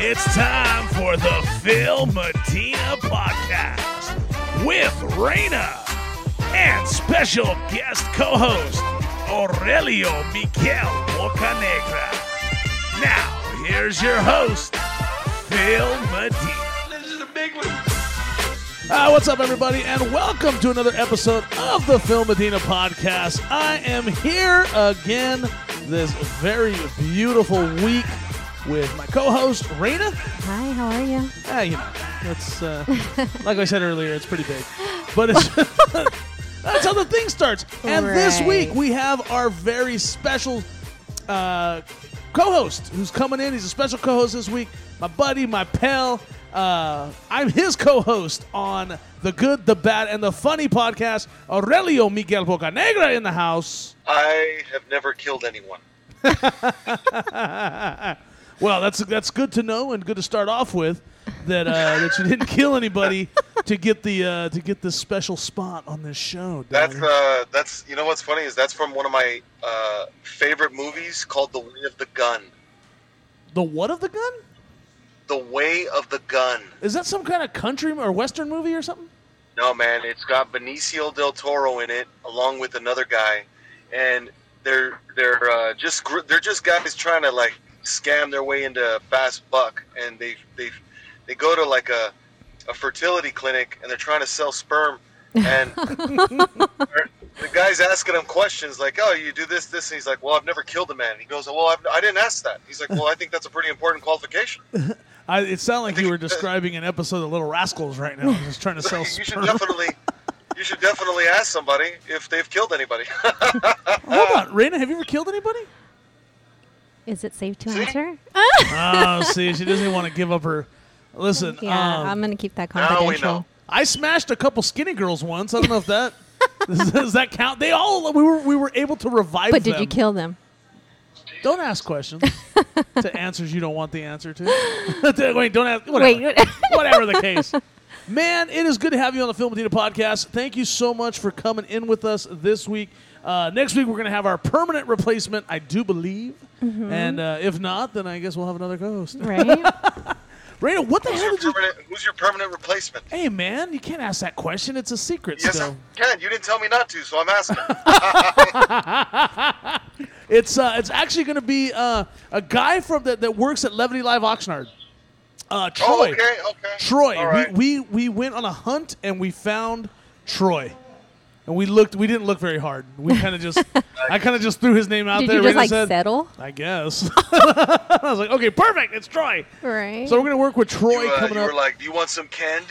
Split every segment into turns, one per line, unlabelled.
It's time for the Phil Matina podcast with Raina and special guest co-host Aurelio Miquel Bocanegra. Now, here's your host, Phil Matina.
This is a big one.
Uh, what's up, everybody, and welcome to another episode of the Phil Medina podcast. I am here again this very beautiful week with my co-host Raina.
Hi, how are you?
Ah, you know, that's uh, like I said earlier, it's pretty big, but it's that's how the thing starts. And this
Right.
week we have our very special uh, co-host who's coming in. He's a special co-host this week. My buddy, my pal. Uh, I'm his co-host on the Good, the Bad, and the Funny podcast. Aurelio Miguel Bocanegra in the house.
I have never killed anyone.
Well, that's that's good to know and good to start off with that uh, that you didn't kill anybody to get the uh, to get this special spot on this show.
That's
Donnie.
uh, that's you know what's funny is that's from one of my uh, favorite movies called The Way of the Gun.
the what of the gun?
The Way of the Gun.
Is that some kind of country or western movie or something?
No man, it's got Benicio del Toro in it along with another guy, and they're they're uh, just gr- they're just guys trying to like scam their way into fast buck, and they they they go to like a a fertility clinic and they're trying to sell sperm, and the guy's asking him questions like, "Oh, you do this, this," and he's like, "Well, I've never killed a man." And he goes, "Well, I've, I didn't ask that." He's like, "Well, I think that's a pretty important qualification."
I, it sounded like you were describing an episode of Little Rascals right now, just trying to sell
uh, you should uh,
sperm.
definitely. You should definitely ask somebody if they've killed anybody.
Hold on, Raina, have you ever killed anybody?
Is it safe to answer?
Oh, see, she doesn't want to give up her. Listen,
Yeah,
um,
I'm gonna keep that
now we
confidential.
know.
I smashed a couple skinny girls once. I don't know if that does, does that count. They all we were we were able to revive.
But did you
them.
kill them?
Don't ask questions to answers you don't want the answer to. Wait, don't ask. Whatever.
Wait.
whatever the case. Man, it is good to have you on the Film Medina podcast. Thank you so much for coming in with us this week. Uh, next week we're going to have our permanent replacement, I do believe, and uh, if not, then I guess we'll have another co-host.
Right?
Raina, what the
Who's
hell
your,
did you?
permanent, who's your permanent replacement?
Hey, man, you can't ask that question. It's a secret
Yes,
still.
Ken, you didn't tell me not to, so I'm asking.
It's uh, it's actually going to be uh, a guy from that that works at Levity Live Oxnard. Uh, Troy.
oh, okay, okay.
Troy.
All right.
We, we we went on a hunt and we found Troy. And we looked. We didn't look very hard. We kind of just. I kind of just threw his name out
did
there.
you just
Raina
like
said,
settle?
I guess. I was like, okay, perfect. It's Troy.
Right.
So we're gonna work with Troy
you, uh,
coming
you
up.
were like, "Do you want some candy?"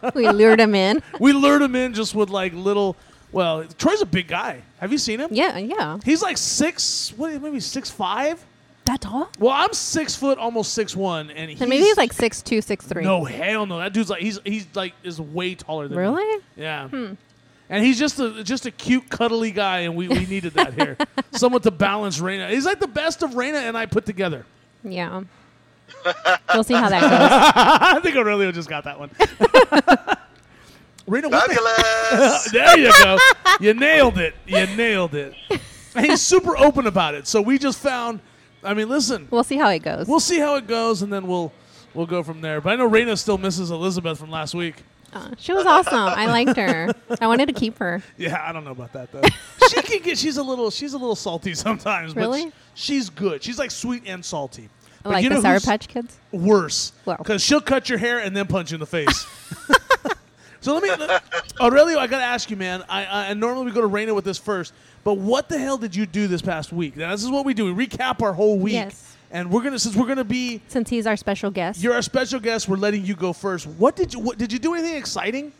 we lured him in.
we lured him in just with like little. Well, Troy's a big guy. Have you seen him?
Yeah, yeah.
He's like six. What? Maybe six five.
That tall?
Well, I'm six foot, almost six one, and he's
And maybe he's like six two, six three.
No, hell no. That dude's like he's he's like is way taller than me.
Really?
Yeah. And he's just a just a cute, cuddly guy, and we, we needed that here. Someone to balance Reina. He's like the best of Reina and I put together.
Yeah. We'll see how that
I think Aurelio just got that one. Reina, what the
Fabulous.
There you go. you nailed it. You nailed it. And he's super open about it. So we just found. I mean, listen.
goes. We'll see how it goes.
We'll see how it goes, and then we'll we'll go from there. But I know Reina still misses Elizabeth from last week.
Uh, she was awesome. I liked her. I wanted to keep her.
Yeah, I don't know about that though. she can get. She's a little. She's a little salty sometimes. But
Really?
sh- she's good. She's like sweet and salty. But
like
you know
the Sour
who's
Patch Kids.
Worse,
Wow.
because she'll cut your hair and then punch you in the face. so let me, let- Aurelio. I gotta ask you, man. I, I and normally we go to Raina with this first, but what the hell did you do this past week? Now this is what we do. We recap our whole week,
Yes.
and we're gonna since we're gonna be
Since he's our special guest.
you're our special guest. We're letting you go first. What did you? What did you do? Anything exciting?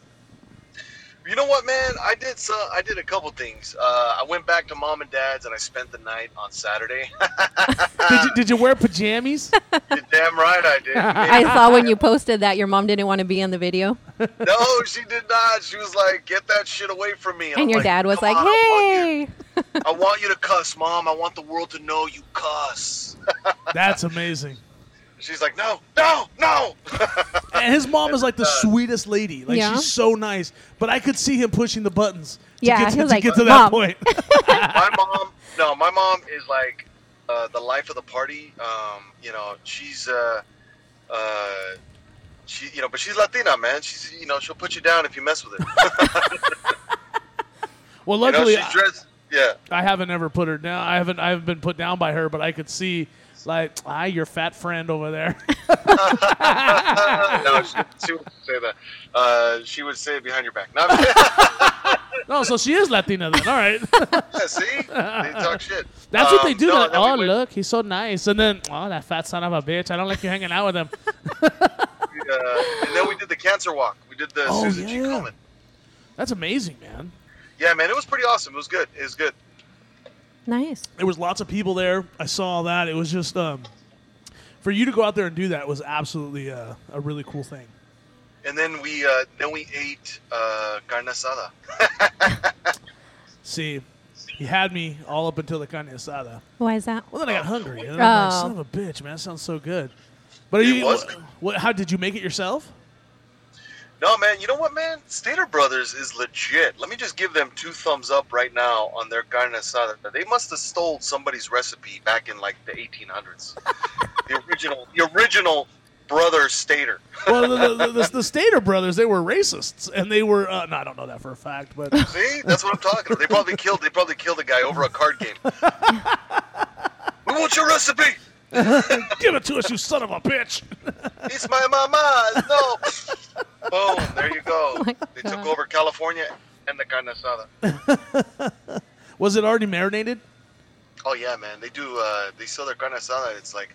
you know what, man? I did so. I did a couple things. Uh, I went back to mom and dad's, and I spent the night on Saturday.
did, you, did you wear pajamas?
You're damn right, I did.
I saw when you posted that your mom didn't want to be in the video.
no, she did not. She was like, "Get that shit away from me." I'm
And your dad was
"Come
like,
on, I want you-
Hey
I want you to cuss, mom. I want the world to know you cuss."
That's amazing.
She's like, "No, no, no."
And his mom is like the sweetest lady. Like
Yeah.
she's so nice. But I could see him pushing the buttons to
Yeah,
get to,
he was
to
like,
get to that
"Mom."
point.
my mom no my mom is like uh, the life of the party. Um, you know, she's uh, uh, she you know, but she's Latina, man. She's you know, she'll put you down if you mess with her.
Well,
you know,
luckily,
she's dressed. Yeah,
I haven't ever put her down. I haven't I haven't been put down by her, but I could see like ah your fat friend over there. Ah.
no, she, she would say that. Uh, she would say it behind your back. Not,
no, so she is Latina then. All right,
yeah, see, they talk shit.
that's what
Um,
they do.
no,
They're like,
and then we
oh
went-
look, he's so nice, and then oh that fat son of a bitch. I don't like you hanging out with him.
uh, and then we did the cancer walk. We did the
Oh,
Susan G.
yeah.
Komen.
That's amazing, man.
Yeah, man, it was pretty awesome. It was good. It was good.
Nice.
There was lots of people there. I saw that. It was just um, for you to go out there and do that was absolutely uh, a really cool thing.
And then we uh, then we ate uh, carne asada.
See, he had me all up until the carne asada.
Why is that?
Well, then I got hungry. And I was like,
Oh.
Son of a bitch, man. That sounds so good. But are
It
you?
was
wh-
good.
What, how did you make it yourself?
No, man, you know what, man? Stater Brothers is legit. Let me just give them two thumbs up right now on their carne asada. They must have stole somebody's recipe back in like the 1800s. the original, the original brother Stater.
Well, the, the, the, the Stater brothers, they were racists, and they were. Uh, no, I don't know that for a fact, but
See, that's what I'm talking about. They probably killed. They probably killed a guy over a card game. we want your recipe.
give it to us, you son of a bitch.
It's my mama's. No. Boom. There you go.
Oh my
they
God.
took over California and the carne asada.
Was it already marinated?
Oh yeah, man. They do. Uh, they sell their carne asada. It's like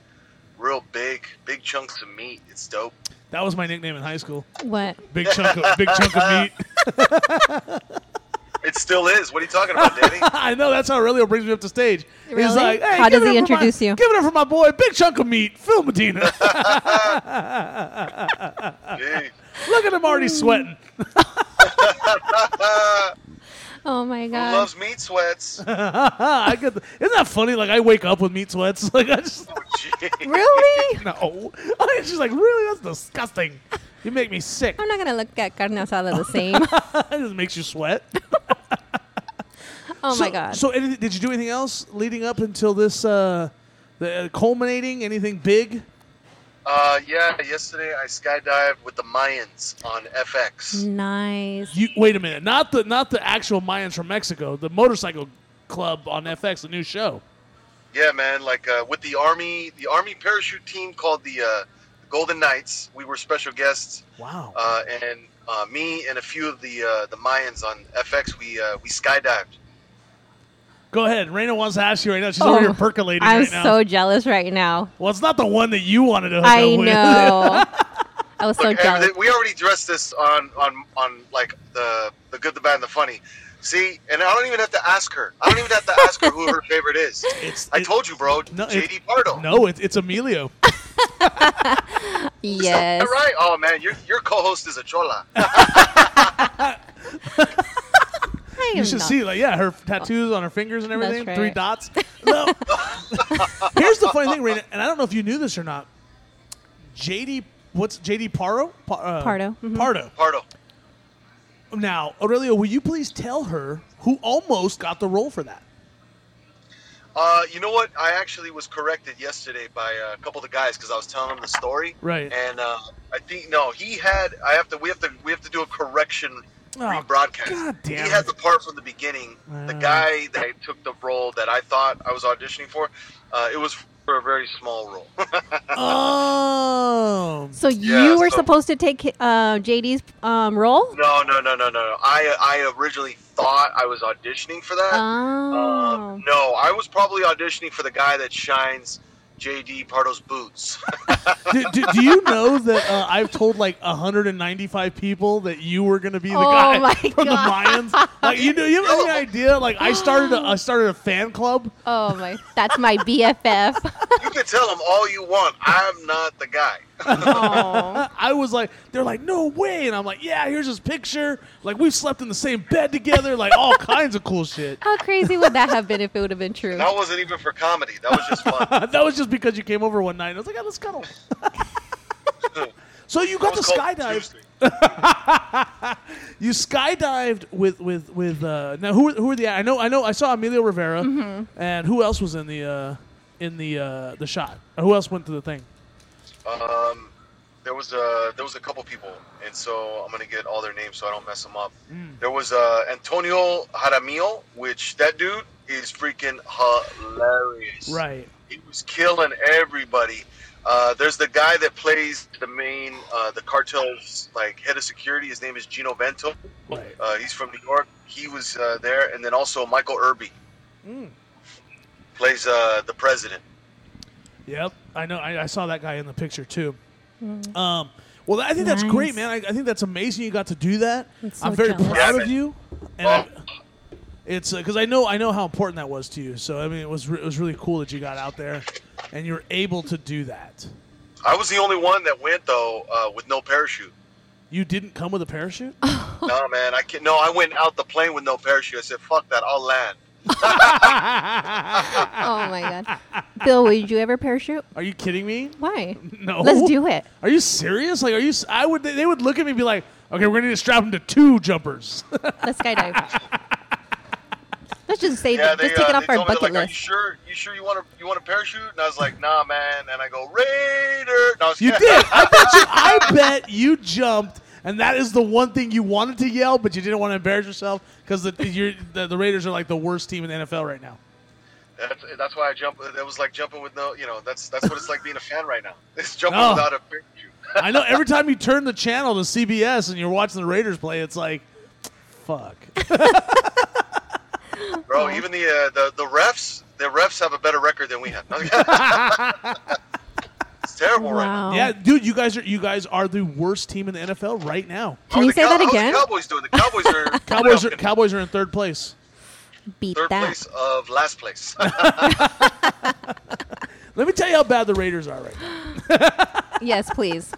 real big, big chunks of meat. It's dope.
That was my nickname in high school.
What?
Big chunk, of, big chunk of meat.
It still is. What are you talking about, Danny?
I know that's how Aurelio brings me up to stage. He's
Really?
like, hey,
How
give
does
it
he
up for my-
introduce you?
Give it up for my boy, big chunk of meat, Phil Medina.
Jeez.
Look at him already sweating.
Oh my
Who
god.
loves meat sweats? Oh,
Ah, I get the, isn't that funny? Like I wake up with meat sweats. Like I just
gee.
really?
no. I just like really that's disgusting. You make me sick.
I'm not gonna look at carne asada the same.
it just makes you sweat.
Oh
so,
my god.
So anything, did you do anything else leading up until this? Uh, the uh, culminating anything big?
Uh, yeah. Yesterday I skydived with the Mayans on
Mm.
FX.
nice.
You wait a minute. Not the not the actual Mayans from Mexico. The motorcycle club on FX, the new show.
Yeah, man. Like uh, with the army, the army parachute team called the uh, Golden Knights. We were special guests,
Wow.
uh, and uh, me and a few of the uh, the Mayans on FX. We uh, we skydived.
Go ahead. Raina wants to ask you right now. She's
Oh,
over here percolating
I'm
right now.
so jealous right now.
well, it's not the one that you wanted to hook
I
up with.
know. I was so
Look, everything-
jealous.
we already dressed this on on on like the the good, the bad, and the funny. See, and I don't even have to ask her. I don't even have to ask her who her favorite is.
It's-
I
it-
told you, bro.
No, it-
JD Pardo.
No, it, it's Emilio.
Yes.
All right. Oh man, your your co-host is a chola.
I
You
am
should
not-
see, like, yeah, her tattoos on her fingers and everything,
right.
three dots. No. Here's the funny thing, Raina, and I don't know if you knew this or not. JD, what's JD Paro? Pa- uh,
Pardo, mhm.
Pardo.
Pardo.
Now, Aurelio, will you please tell her who almost got the role for that?
Uh, you know what? I actually was corrected yesterday by uh, a couple of the guys because I was telling them the story.
Right.
And uh, I think no, he had. I have to. We have to. We have to do a correction
Oh,
rebroadcast.
God damn
he had
it.
the part from the beginning. The
Ah.
guy that took the role that I thought I was auditioning for, uh, it was for a very small role.
Oh.
So
Yeah,
you were
so-
supposed to take uh, JD's um, role?
no, no, no, no, no, no. I I originally thought I was auditioning for that. Uh,
Oh.
no, I was probably auditioning for the guy that shines JD Pardo's boots.
do, do, do you know that uh, I've told like 195 people that you were going to be the
Oh
guy
my
from the Mayans? Like, you know, you have any idea? Like, I started, a, I started a fan club.
Oh my. That's my BFF.
you can tell him all you want. I'm not the guy.
oh.
I was like, they're like, no way, and I'm like, yeah, here's his picture. Like, we've slept in the same bed together. Like, all kinds of cool shit.
How crazy would that have been if it would have been true?
That wasn't even for comedy. That was just fun. that
That was just because you came over one night. and I was like, yeah, let's cuddle. so you got to
was called
skydive.
Tuesday.
You skydived with with with. Uh, now who were- who were the? I know I know I saw Emilio Rivera, and who else was in the? Uh, in the uh, the shot? Who else went to the thing?
Um, there was a there was a couple people, and so I'm gonna get all their names so I don't mess them up.
Mm.
There was uh, Antonio Jaramillo, which that dude is freaking hilarious.
Right.
he was killing everybody. Uh, there's the guy that plays the main, uh, the cartel's like head of security. His name is Gino Bento.
Right.
Uh, he's from New York. He was uh, there, and then also Michael Irby
Hmm.
Mm.
plays uh, the president.
Yep, I know. I, I saw that guy in the picture too. Um, well, I think that's
Mm. Nice.
great, man. I, I think that's amazing. You got to do that.
I'm so
I'm very
jealous.
proud
Yeah,
of
man.
you. And I, it's because I know I know how important that was to you. So I mean, it was re- it was really cool that you got out there and you were able to do that.
I was the only one that went though uh, with no parachute.
You didn't come with a parachute.
no man, I can't. No, I went out the plane with no parachute. I said, "Fuck that, I'll land."
Oh my god, Bill, would you ever parachute?
Are you kidding me?
Why?
No.
Let's do it.
Are you serious? Like, are you? s- I would. They would look at me and be like, "Okay, we're gonna need to strap him to two jumpers."
Let's skydive. Let's just say,
Yeah,
just
they,
take it
uh,
off
they
our
told me
bucket
they're like, "Are you
list.
sure? You sure you want to? You want a parachute?" And I was like, "Nah, man." And I go, "Raider." No, I was
You
kidding.
did. I bet you. I bet you jumped, and that is the one thing you wanted to yell, but you didn't want to embarrass yourself because the, you're- the the Raiders are like the worst team in the NFL right now.
That's, that's why I jump. That was like jumping with no, you know. That's that's what it's like being a fan right now. It's jumping
Oh.
without a parachute.
I know. Every time you turn the channel to CBS and you're watching the Raiders play, it's like, fuck.
Bro, even the, uh, the the refs, the refs have a better record than we have. it's terrible right now.
Wow.
Yeah, dude, you guys are you guys are the worst team in the NFL right now.
Can
How are
you
Oh, the
say
Cow-
that
how's
again?
The Cowboys doing? The Cowboys
Cowboys
are you
are
know,
Cowboys are in third place.
Beat
third
that.
place of last place.
Let me tell you how bad the Raiders are right now.
Yes, please.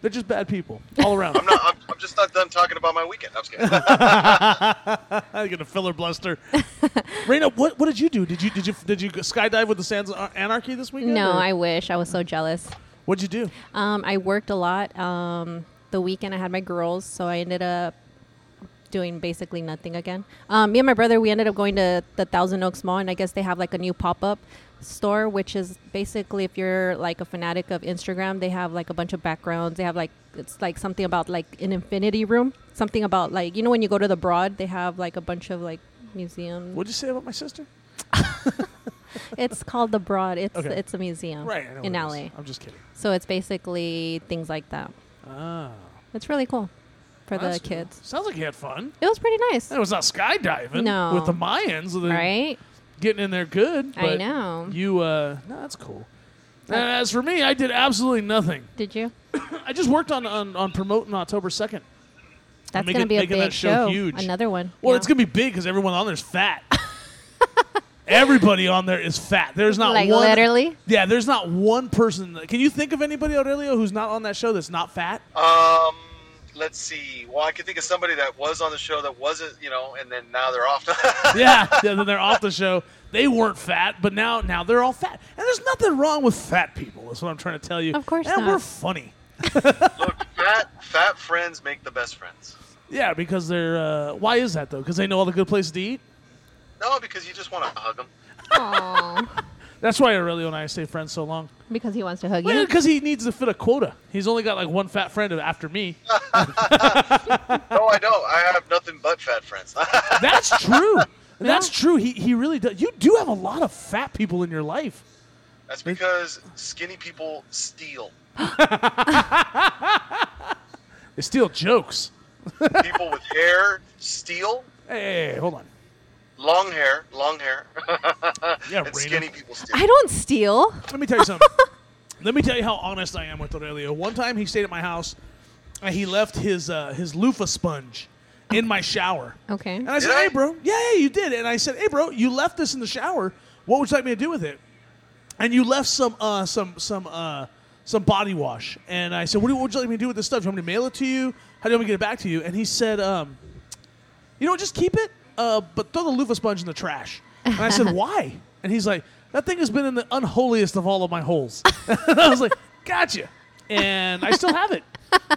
They're just bad people all around.
I'm not. I'm, I'm just not done talking about my weekend. I'm just kidding.
I'm gonna fill her bluster. Raina, what what did you do? Did you did you did you skydive with the Sands of Anarchy this weekend?
No,
or-
I wish. I was so jealous.
What'd you do?
Um, I worked a lot. Um, the weekend I had my girls, so I ended up doing basically nothing again. Um, me and my brother, we ended up going to the Thousand Oaks Mall, and I guess they have like a new pop up store, which is basically if you're like a fanatic of Instagram, they have like a bunch of backgrounds. They have like it's like something about like an infinity room, something about like you know when you go to the Broad, they have like a bunch of like museums.
What'd you say about my sister?
It's called the Broad. It's
Okay.
it's a museum
Right, I know
Oh, in
what
LA.
it is. I'm just kidding.
So it's basically things like that.
Oh,
It's really cool for
that's
the
cool.
kids.
Sounds like you had fun.
It was pretty nice,
It was not skydiving
No.
with the Mayans, with the-
right?
Getting in there good.
I
but
know.
You, uh, no, that's cool. And as for me, I did absolutely nothing.
Did you?
I just worked on on, on promoting October second.
That's
making-
gonna be a
making
big
that show
show.
huge.
Another one.
Well,
yeah.
it's gonna be big because everyone on there's fat. Everybody on there is fat. There's not
like
one.
literally.
Yeah, there's not one person. Can you think of anybody, Aurelio, who's not on that show that's not fat?
um, let's see. Well, I can think of somebody that was on the show that wasn't, you know, and then now they're off.
yeah, yeah. Then they're off the show. They weren't fat, but now now they're all fat. And there's nothing wrong with fat people. That's what I'm trying to tell you.
Of course
and
not.
we're funny.
Look, fat fat friends make the best friends.
Yeah, because they're. Uh, why is that though? Because they know all the good places to eat.
No, because you just want to hug them.
Aw.
That's why Aurelio and I stay friends so long.
because he wants to hug you.
Because he needs to fit a quota. He's only got like one fat friend after me.
No, I don't. I have nothing but fat friends.
That's true. That's true. He he really does. You do have a lot of fat people in your life.
That's because skinny people steal.
They steal jokes.
People with hair steal.
Hey, hey, hey, hold on.
Long hair, long hair,
Yeah,
and
Raina.
skinny people steal.
I don't steal.
Let me tell you something. Let me tell you how honest I am with Aurelio. One time he stayed at my house and he left his uh, his loofah sponge in my shower.
Okay.
And I said,
Did I?
"Hey, bro, yeah, yeah, you did." And I said, "Hey, bro, you left this in the shower. What would you like me to do with it?" And you left some uh, some some uh, some body wash. And I said, what, do, "What would you like me to do with this stuff? Do you want me to mail it to you? How do you want me to get it back to you?" And he said, um, "You know, what, just keep it, uh, but throw the loofah sponge in the trash." And I said, "Why?" And he's like, "That thing has been in the unholiest of all of my holes." and I was like, "Gotcha." And I still have it.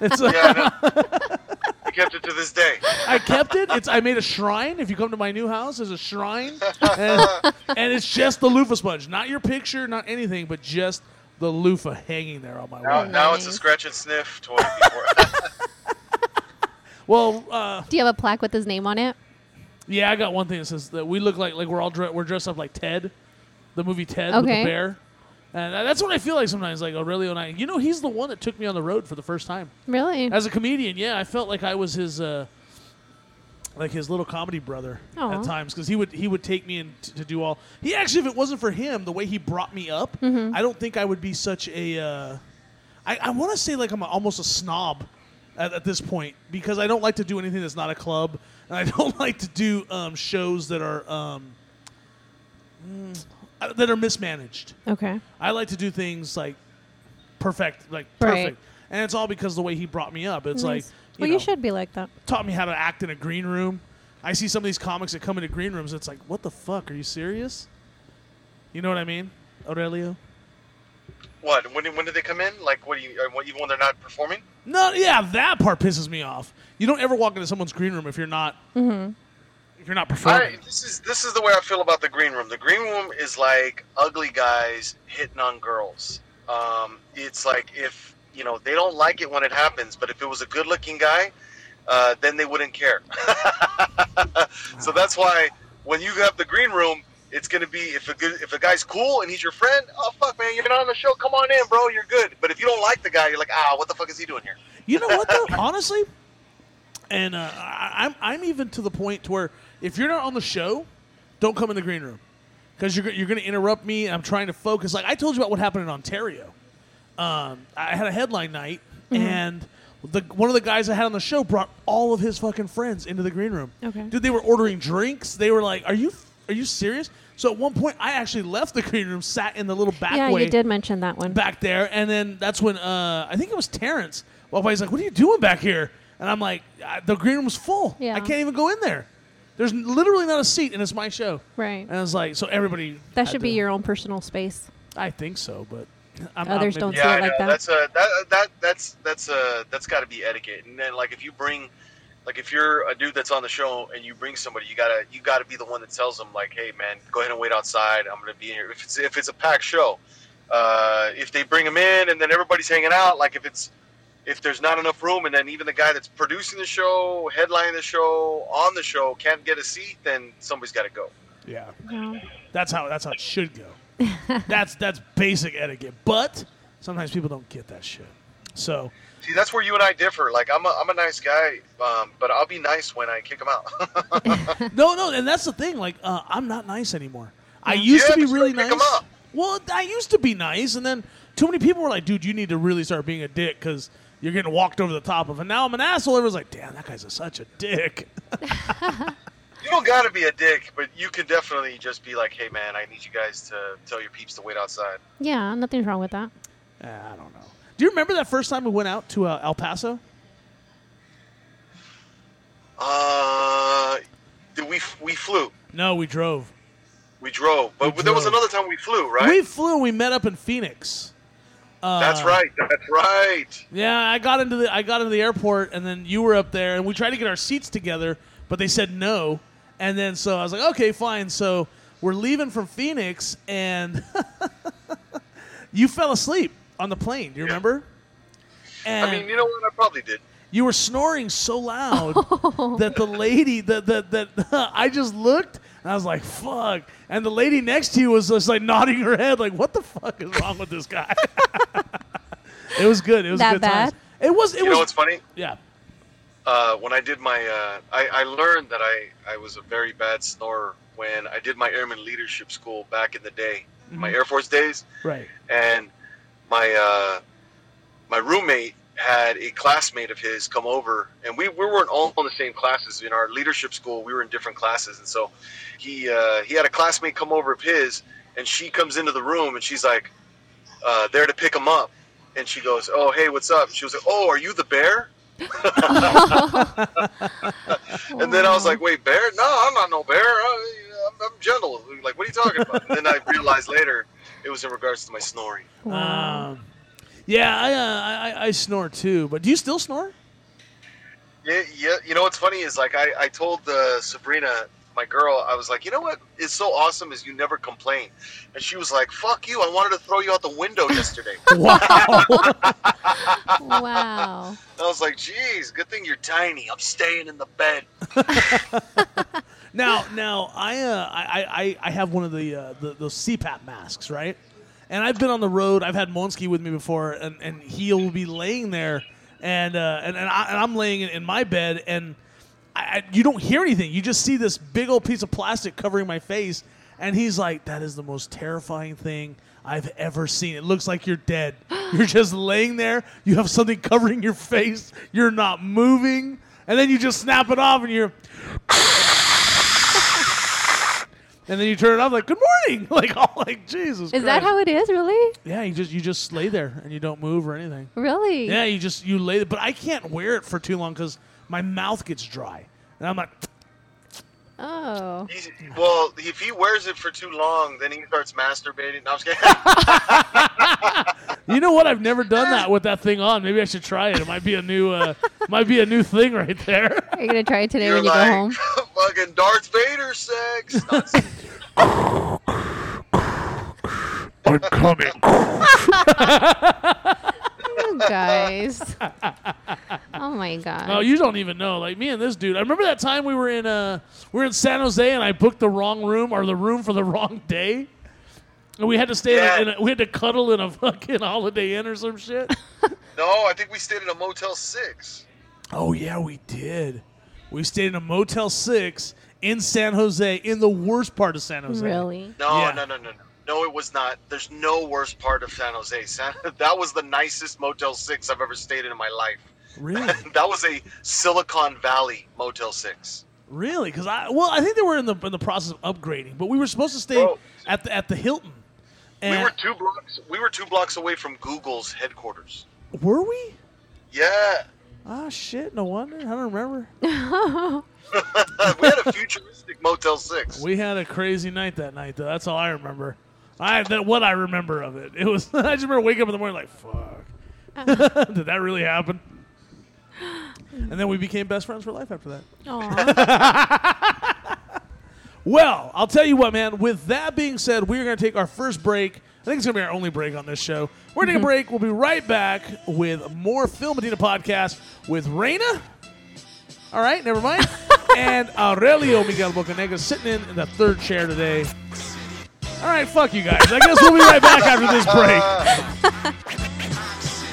It's uh,
Yeah, I know. I kept it to this day.
I kept it. It's I made a shrine. If you come to my new house, there's a shrine, and, and it's just the loofah sponge, not your picture, not anything, but just the loofah hanging there on my
Now,
wall.
now it's a
Oh, Nice.
scratch and sniff toy. Before.
Well, uh,
Do you have a plaque with his name on it?
yeah, I got one thing that says that we look like like we're all dre- we're dressed up like Ted, the movie Ted with
Okay.
the bear, and uh, that's what I feel like sometimes. Like Aurelio and I, you know, he's the one that took me on the road for the first time.
Really?
as a comedian, yeah, I felt like I was his uh, like his little comedy brother
Aw.
at times because he would he would take me in t- to do all. He actually, if it wasn't for him, the way he brought me up,
Mm-hmm.
I don't think I would be such a. Uh, I, I want to say like I'm a, almost a snob at, at this point because I don't like to do anything that's not a club, and I don't like to do um, shows that are um, mm, uh, that are mismanaged.
okay.
I like to do things like perfect, like
Right.
perfect, and it's all because of the way he brought me up. It's like
Nice.
you,
well,
know,
you should be like that.
taught me how to act in a green room. I see some of these comics that come into green rooms. It's like, what the fuck? Are you serious? You know what I mean, Aurelio?
what? When, when did they come in? Like, what do you? uh, What, even when they're not performing?
No, yeah, that part pisses me off. You don't ever walk into someone's green room if you're not
Mm-hmm.
if you're not performing.
I, this is this is the way I feel about the green room. The green room is like ugly guys hitting on girls. Um, it's like if you know they don't like it when it happens, but if it was a good-looking guy, uh, then they wouldn't care. so that's why when you have the green room, it's gonna be if a good if a guy's cool and he's your friend. Oh fuck, man, you're not on the show. Come on in, bro. You're good. But if you don't like the guy, you're like, ah, what the fuck is he doing here?
You know what though? Honestly, and uh, I, I'm I'm even to the point to where if you're not on the show, don't come in the green room because you're go- you're going to interrupt me. I'm trying to focus. Like I told you about what happened in Ontario. Um, I had a headline night,
Mm-hmm.
and the one of the guys I had on the show brought all of his fucking friends into the green room.
Okay.
dude, they were ordering drinks. They were like, "Are you are you serious?" So at one point, I actually left the green room, sat in the little back
yeah,
way
you did mention that one.
back there, and then that's when uh, I think it was Terrence. Well, he's like, "What are you doing back here?" And I'm like, "Uh, "The green room's full.
Yeah.
I can't even go in there. There's n- literally not a seat, and it's my show."
Right.
And I was like, "So everybody."
that
had
should be
to-
your own personal space.
I think so, but I'm,
Others
I'm,
don't
Yeah.
see
yeah,
it like
I know.
that.
That's a that that that's that's a that's got to be etiquette. And then like if you bring, like if you're a dude that's on the show and you bring somebody, you gotta you gotta be the one that tells them like, hey man, go ahead and wait outside. I'm gonna be here. If it's if it's a packed show, uh, if they bring them in and then everybody's hanging out, like if it's if there's not enough room and then even the guy that's producing the show, headlining the show, on the show can't get a seat, then somebody's got to go.
yeah.
No.
That's how that's how it should go. that's that's basic etiquette, but sometimes people don't get that shit. So
See, that's where you and I differ. Like I'm a, I'm a nice guy, um, but I'll be nice when I kick them out.
No, no, and that's the thing. Like, uh, I'm not nice anymore. I used
Yeah,
to be
but you
really
gotta
nice.
pick 'em up.
Well, I used to be nice, and then too many people were like, "Dude, you need to really start being a dick because you're getting walked over the top of." And now I'm an asshole. Everyone's like, "Damn, that guy's a, such a dick."
You don't gotta be a dick, but you can definitely just be like, "Hey, man, I need you guys to tell your peeps to wait outside."
Yeah, nothing's wrong with that.
Uh, I don't know. Do you remember that first time we went out to uh, El Paso?
Uh, did we we flew,
No, we drove.
we drove, but
We
there was
drove.
another time we flew, right?
We flew. We met up in Phoenix. Uh,
that's right. That's right.
Yeah, I got into the I got into the airport, and then you were up there, and we tried to get our seats together, but they said no. And then so I was like, okay, fine. So we're leaving from Phoenix, and you fell asleep on the plane. Do you remember? And
I mean, you know what? I probably did.
you were snoring so loud that the lady that that that I just looked. And I was like, "Fuck!" And the lady next to you was just like nodding her head, like, "What the fuck is wrong with this guy?" it was good. It was
That
good times.
bad?
It was. It
You
was.
know what's funny?
Yeah.
Uh, when I did my, uh, I, I learned that I I was a very bad snorer when I did my airman leadership school back in the day, my
Mm-hmm.
Air Force days.
Right.
and my uh, my roommate had a classmate of his come over, and we, we weren't all in the same classes. In our leadership school, we were in different classes, and so he uh, he had a classmate come over of his, and she comes into the room, and she's like, uh, there to pick him up, and she goes, "Oh, hey, what's up?" And she was like, "Oh, are you the bear?" And then I was like, "Wait, bear? No, I'm not no bear. I, I'm, I'm gentle. Like, what are you talking about?" And then I realized later it was in regards to my snoring.
Wow.
Um, yeah, I, uh, I- I I snore too. But do you still snore?
Yeah, yeah. You know what's funny is like I, I told uh, Sabrina, my girl, I was like, you know what is so awesome is you never complain, and she was like, "Fuck you! I wanted to throw you out the window yesterday."
Wow.
wow.
I was like, "Geez, good thing you're tiny. I'm staying in the bed."
now, now I, uh, I, I, I have one of the, uh, the those CPAP masks, right? And I've been on the road. I've had Monsky with me before, and, and he'll be laying there, and uh, and and, I, and I'm laying in, in my bed, and I, I, you don't hear anything. You just see this big old piece of plastic covering my face, and he's like, "That is the most terrifying thing." I've ever seen. It looks like you're dead. You're just laying there. You have something covering your face. You're not moving. And then you just snap it off and you're and then you turn it off like good morning like all like jesus
Is that how it is? Really?
yeah you just you just lay there and you don't move or anything
Really?
yeah you just you lay there but i can't wear it for too long because my mouth gets dry and i'm like
Oh.
He's, well, if he wears it for too long, then he starts masturbating. No, I'm just kidding.
you know what i've never done that with that thing on maybe i should try it it might be a new uh might be a new thing right there
Are you gonna try it today
You're
when you
like
go home?
fucking Darth Vader sex. No, it's-
i'm coming
You guys. oh my god.
Oh, you don't even know. Like me and this dude. I remember that time we were in uh we were in San Jose and I booked the wrong room or the room for the wrong day. And we had to stay
Yeah.
in a, we had to cuddle in a fucking Holiday Inn or some shit.
no, I think we stayed at a Motel Six.
oh yeah, we did. We stayed in a Motel 6 in San Jose in the worst part of San Jose.
really?
No,
Yeah.
no, no, no, no. No, it was not. There's no worse part of San Jose. San, that was the nicest Motel 6 I've ever stayed in my life.
Really?
that was a Silicon Valley Motel 6.
Really? Because I well, I think they were in the in the process of upgrading, but we were supposed to stay
Bro.
at the at the Hilton.
Oh. We
And
were two blocks we were two blocks away from Google's headquarters.
were we?
Yeah.
Ah shit, no wonder. I don't remember.
we had a futuristic Motel 6.
We had a crazy night that night, though. That's all I remember. I that what I remember of it. It was I just remember waking up in the morning like, fuck, did that really happen? And then we became best friends for life after that.
Aw.
Well, I'll tell you what, man. With that being said, we're going to take our first break. I think it's going to be our only break on this show. We're going to take a break. We'll be right back with more Phil Medina podcast with Raina. All right, never mind. and Aurelio Miguel Bocanegra sitting in, in the third chair today. All right, fuck you guys. I guess we'll be right back after this break.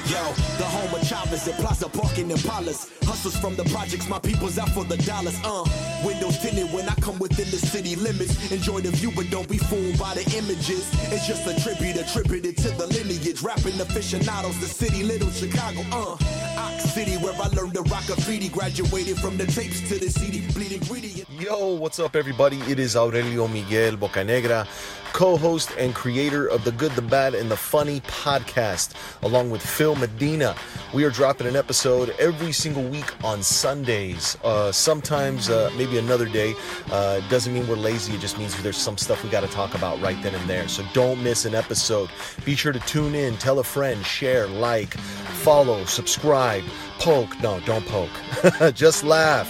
Yo, the home of Chavez and Plaza Parking Impalas. Hustles from the projects, my people's out for the dollars. Uh, windows tinted when I come within the city limits. Enjoy the view, but don't be fooled by the images. It's just a tribute attributed to the lineage. Rapping aficionados, the city, little Chicago. Uh, Ox City, where I learned to rock graffiti. Graduated from the tapes to the CD, bleeding greedy.
Yo, what's up, everybody? It is Aurelio Miguel Bocanegra, co host and creator of the Good, the Bad, and the Funny podcast, along with Phil Medina. We are dropping an episode every single week on Sundays, uh, sometimes uh, maybe another day. Uh, doesn't mean we're lazy, it just means there's some stuff we got to talk about right then and there. So don't miss an episode. Be sure to tune in, tell a friend, share, like, follow, subscribe, poke. No, don't poke. just laugh.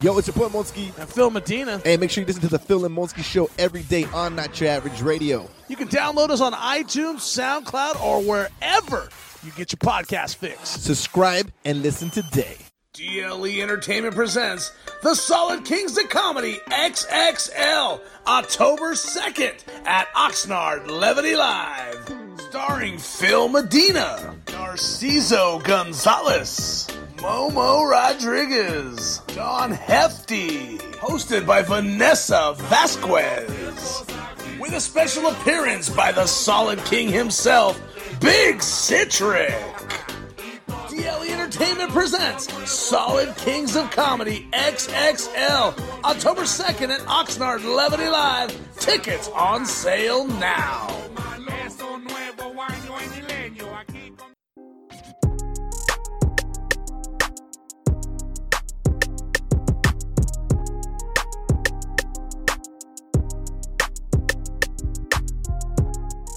Yo, it's your boy Monsky.
And Phil Medina.
And make sure you listen to the Phil and Monsky show every day on Not Your Average Radio.
You can download us on iTunes, SoundCloud, or wherever you get your podcast fixed.
Subscribe and listen today.
DLE E Entertainment presents The Solid Kings of Comedy XXL, October 2nd at Oxnard Levity Live. Starring Phil Medina, Narciso Gonzalez, Momo Rodriguez, John Hefty, hosted by Vanessa Vasquez, with a special appearance by the Solid King himself, Big Citric. DLE Entertainment presents Solid Kings of Comedy XXL, October 2nd at Oxnard Levity Live. Tickets on sale now.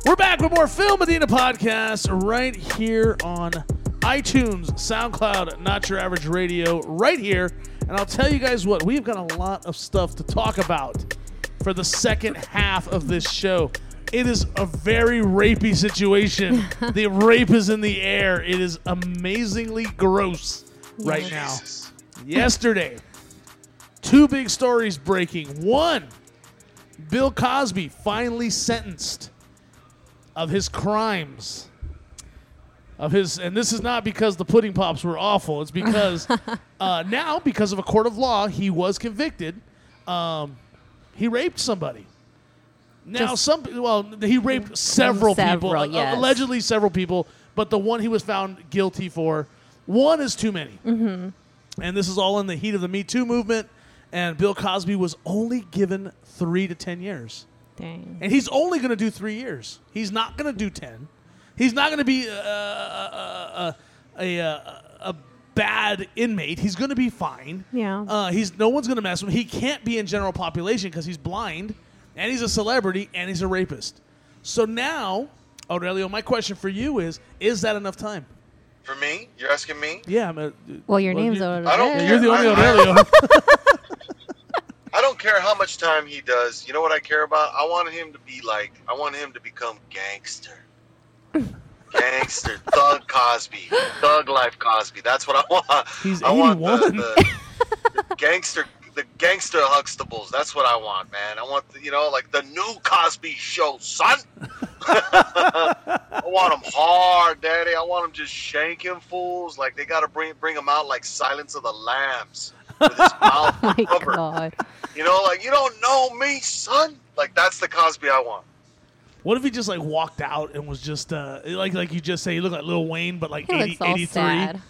We're back with more Phil Medina podcast right here on iTunes, SoundCloud, Not Your Average Radio, right here. And I'll tell you guys what, we've got a lot of stuff to talk about for the second half of this show. It is a very rapey situation. the rape is in the air. It is amazingly gross right now.
Jesus.
Yesterday, two big stories breaking. One, Bill Cosby finally sentenced of his crimes. Of his, and this is not because the pudding pops were awful. It's because uh, now, because of a court of law, he was convicted. Um, he raped somebody. Now,
Just-
some well, he raped several, people,
Several,
uh,
yes.
allegedly several people, but the one he was found guilty for, one is too many
Mm-hmm.
and this is all in the heat of the Me Too movement. And Bill Cosby was only given three to ten years,
Dang.
and he's only going to do three years. He's not going to do ten. He's not going to be uh, a, a, a, a, a bad inmate. He's going to be fine.
Yeah.
Uh, he's no one's going to mess with him. He can't be in general population because he's blind, and he's a celebrity, and he's a rapist. So now, Aurelio, my question for you is: Is that enough time?
For me, you're asking me.
Yeah. I'm a, uh,
Well, your name's
you-
Aurelio.
I don't.
You're the only
I- I-
Aurelio.
I don't care how much time he does. You know what I care about? I want him to be like, I want him to become gangster. Gangster, Thug Cosby, Thug Life Cosby. That's what I want.
He's
I want
81.
the, the, the gangster, the gangster Huxtables. That's what I want, man. I want, the, you know, like the new Cosby Show, son. I want them hard, daddy. I want them just shanking fools. Like they got to bring bring them out like Silence of the Lambs with his mouth
Oh My
covered.
God.
You know, like you don't know me, son. Like that's the Cosby I want.
What if he just like walked out and was just uh like like you just say he looked like Lil Wayne but like
He
80,
looks all
83.
sad.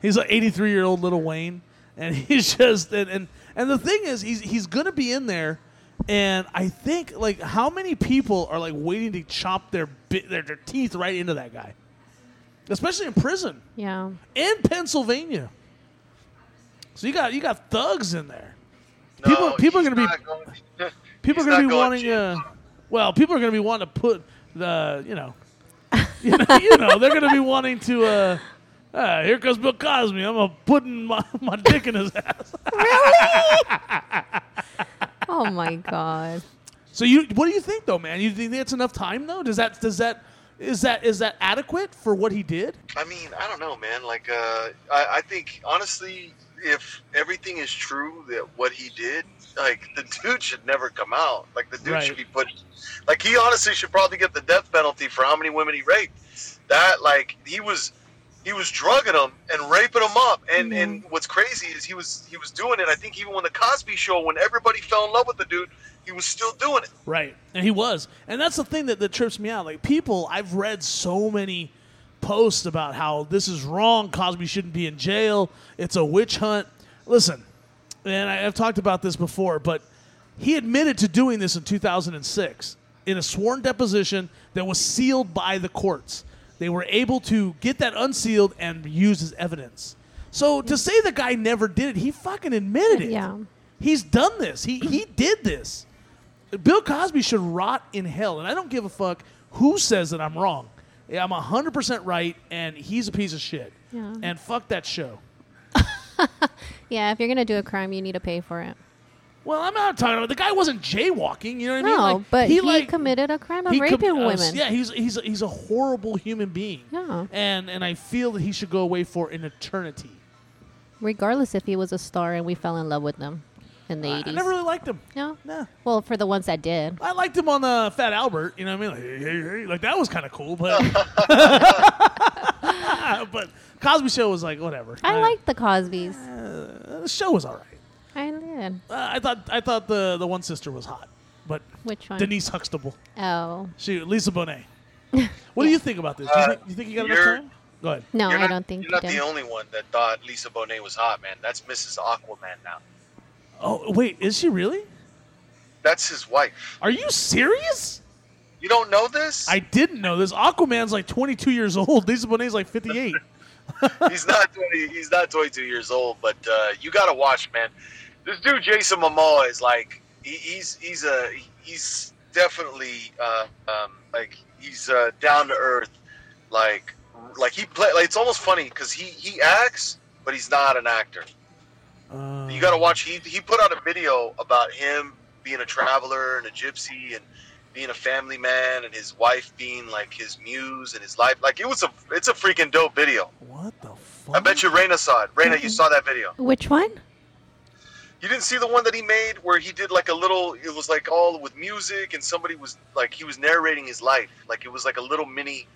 He's like 83 year old Lil Wayne and he's just and, and and the thing is he's he's gonna be in there and I think like how many people are like waiting to chop their bit their, their teeth right into that guy, especially in prison
Yeah.
in Pennsylvania. So you got you got thugs in there.
No,
People- people are
he's
gonna be-
not going-
People
He's
are going
not
to be
going
wanting.
cheap.
Uh, well, people are going to be wanting to put the. You know. you know, you know, they're going to be wanting to. Uh, uh, here comes Bill Cosby. I'm a putting my, my dick in his ass.
Oh my God.
So you, what do you think though, man? You think that's enough time though? Does that does that is that is that adequate for what he did?
I mean, I don't know, man. Like, uh, I, I think honestly, if everything is true that what he did, like the dude should never come out. Like the dude
Right.
should be put. Like he honestly should probably get the death penalty for how many women he raped. That like he was, he was drugging them and raping them up. And and what's crazy is he was he was doing it. I think even when the Cosby Show, when everybody fell in love with the dude, he was still doing it.
Right. And he was. And that's the thing that, that trips me out. Like, people, I've read so many posts about how this is wrong. Cosby shouldn't be in jail. It's a witch hunt. Listen, and I, I've talked about this before, but he admitted to doing this in 2006 in a sworn deposition that was sealed by the courts. They were able to get that unsealed and use as evidence. So to say the guy never did it, he fucking admitted it.
Yeah.
He's done this. He he did this. Bill Cosby should rot in hell, and I don't give a fuck who says that I'm wrong. Yeah, I'm 100% right, and he's a piece of shit.
Yeah.
And fuck that show.
Yeah. If you're gonna do a crime, you need to pay for it.
Well, I'm not talking about the guy wasn't jaywalking. You know what I mean?
No,
Like,
but he,
like,
committed a crime of
he
raping
com- uh,
women.
yeah, he's he's a, he's a horrible human being.
Yeah.
And and I feel that he should go away for an eternity.
Regardless if he was a star and we fell in love with them in the
I, I
eighties.
never really liked him.
no.
Nah.
Well, for the ones that did.
I liked him on uh, Fat Albert. You know what I mean? Like, hey, hey, hey. like that was kind of cool, but but Cosby Show was like whatever.
I
Uh,
liked the Cosbys.
uh, the show was all right.
I did.
Uh, I thought I thought the the one sister was hot, but
Which one?
Denise Huxtable,
Oh
she Lisa Bonet. What do you think about this? Do you, think, you think you got
Uh, you're-
enough time? Go ahead.
no,
You're
I
not-
don't think
you're not
he
the
did.
only one that thought Lisa Bonet was hot, man. That's Mrs. Aquaman now.
Oh wait, is she really?
That's his wife.
Are you serious?
You don't know this?
I didn't know this. Aquaman's like 22 years old. Lisa Bonet's like 58.
he's not 20, he's not 22 years old, but uh, you gotta watch, man. This dude Jason Momoa is like he, he's he's a he's definitely uh, um, like he's uh, down to earth, like like he play. Like, it's almost funny because he he acts, but he's not an actor.
Uh,
You got to watch. He he put out a video about him being a traveler and a gypsy and being a family man and his wife being like his muse and his life. Like it was a it's a freaking dope video.
What the fuck?
I bet you Raina saw it. Raina, you saw that video.
Which one?
You didn't see the one that he made where he did like a little. It was like all with music and somebody was like he was narrating his life. Like it was like a little mini,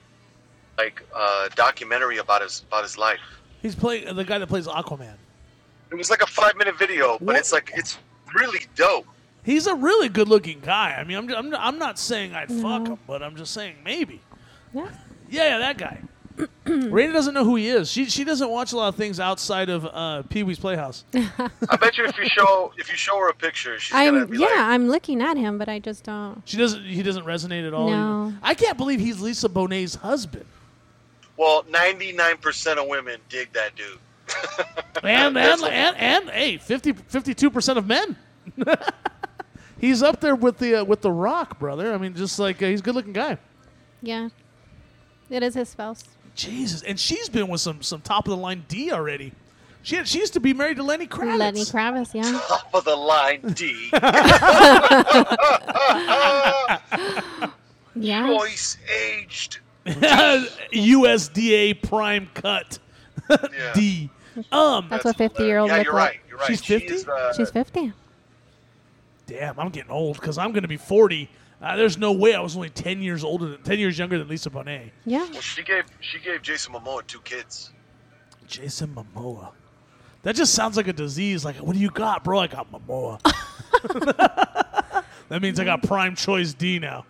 like uh, documentary about his about his life.
He's playing the guy that plays Aquaman.
It was like a five minute video, but
What?
it's like it's really dope.
He's a really good-looking guy. I mean, I'm, I'm, I'm not saying I'd fuck him, but I'm just saying maybe.
Yeah.
Yeah, yeah, that guy. Raina doesn't know who he is. She she doesn't watch a lot of things outside of uh, Pee Wee's Playhouse.
I bet you if you show if you show her a picture, she's gonna
I'm
be
yeah,
like,
I'm looking at him, but I just don't.
She doesn't. He doesn't resonate at all.
No.
either. I can't believe he's Lisa Bonet's husband.
Well, ninety nine percent of women dig that dude.
And and
That's-
and, and hey, 52 percent of men. he's up there with the uh, with the Rock, brother. I mean, just like uh, he's a good looking guy.
Yeah, it is his spouse.
Jesus, and she's been with some some top of the line D already. She had, she used to be married to Lenny Kravitz.
Lenny Kravitz. Yeah.
Top of the line D
Yeah.
voice aged.
USDA prime cut
Yeah.
D. Um,
That's what 50-year-old
Yeah,
look
you're
like.
right. You're right.
She's
She
50?
is, uh,
She's 50.
damn, I'm getting old because I'm going to be 40. Uh, there's no way I was only 10 years older than 10 years younger than Lisa Bonet.
Yeah.
well, she gave she gave Jason Momoa two kids.
Jason Momoa. That just sounds like a disease. Like, what do you got, bro? I got Momoa. that means I got prime choice D now.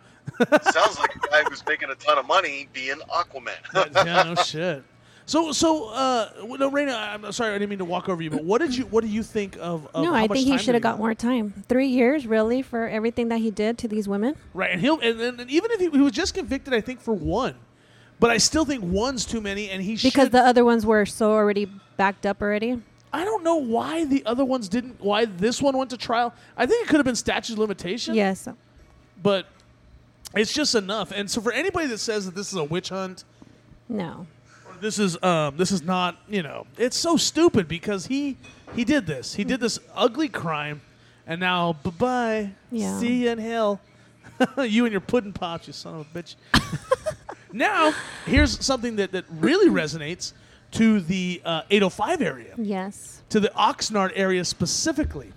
Sounds like a guy who's making a ton of money being Aquaman.
yeah, no oh, shit. So, so, uh, w- no, Raina, I- I'm sorry, I didn't mean to walk over you, but what did you, what do you think of, of
No,
how
I
much
think he
time
should
did
have got more time. Three years, really, for everything that he did to these women.
Right, and he'll, and, and, and even if he, he was just convicted, I think for one, but I still think one's too many, and he
Because
should.
the other ones were so already backed up already.
I don't know why the other ones didn't. Why this one went to trial? I think it could have been statute of limitation.
Yes.
but it's just enough. And so for anybody that says that this is a witch hunt,
No.
or this is um, this is not you know, it's so stupid because he he did this. He did this ugly crime, and now bye bye.
Yeah.
See you in hell. you and your pudding pops, you son of a bitch. now here's something that that really resonates to the uh, 805 area
Yes.
to the Oxnard area specifically.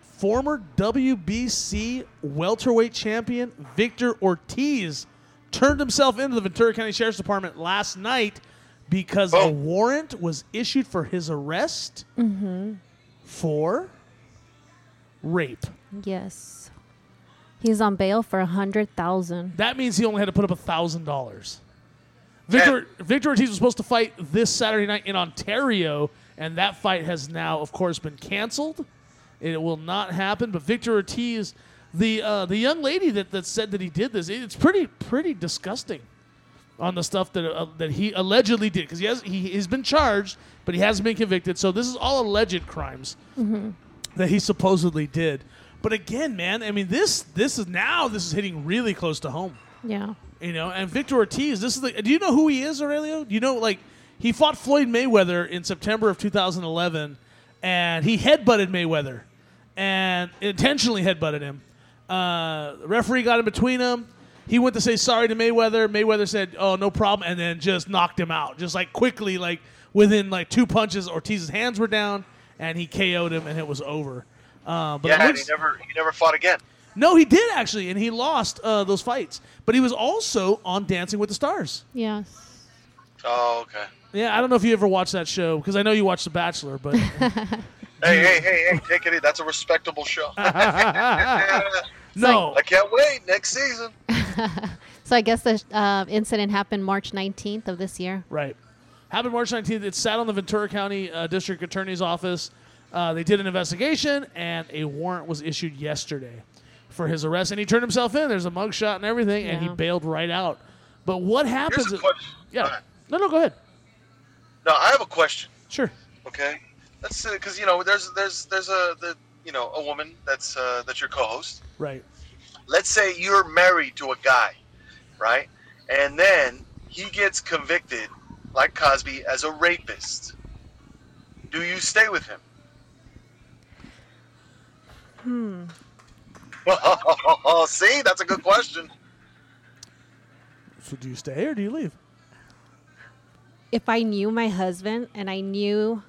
Former WBC welterweight champion Victor Ortiz turned himself into the Ventura County Sheriff's Department last night because a
Oh.
warrant was issued for his arrest for rape.
Yes. He's on bail for a hundred thousand.
That means he only had to put up thousand dollars. Victor Victor Ortiz was supposed to fight this Saturday night in Ontario, and that fight has now, of course, been canceled. It will not happen. But Victor Ortiz, the uh, the young lady that, that said that he did this, it's pretty pretty disgusting on the stuff that uh, that he allegedly did because he has he has been charged, but he hasn't been convicted. So this is all alleged crimes that he supposedly did. But again, man, I mean this this is now this is hitting really close to home.
Yeah.
You know, and Victor Ortiz, this is the do you know who he is, Aurelio? Do you know like he fought Floyd Mayweather in September of 2011 and he headbutted Mayweather and intentionally headbutted him. Uh, the referee got in between them. He went to say sorry to Mayweather. Mayweather said, "Oh, no problem," and then just knocked him out, just like quickly, like within like two punches. Ortiz's hands were down, and he KO'd him, and it was over. Uh, but it
yeah, and
looks-
he never he never fought again.
no, he did actually, and he lost uh, those fights. But he was also on Dancing with the Stars.
Yes.
Oh, okay.
Yeah, I don't know if you ever watched that show because I know you watched The Bachelor, but
Hey, hey, hey, hey! Take it in. That's a respectable show. I
no,
can't wait next season.
So I guess the uh, incident happened March nineteenth of this year.
right. Happened March 19th. It sat on the Ventura County uh, District Attorney's Office. Uh, they did an investigation, and a warrant was issued yesterday for his arrest. And he turned himself in. There's a mugshot and everything, and he
Yeah.
bailed right out. But what happens?
Here's a question.
Yeah. No, no, go ahead.
No, I have a question.
Sure.
Okay, that's because you know there's there's there's a the, you know a woman that's uh, that's your co-host.
Right.
Let's say you're married to a guy, right? And then he gets convicted, like Cosby, as a rapist, do you stay with him? Hmm. See, that's a good question.
So do you stay or do you leave?
if I knew my husband and I knew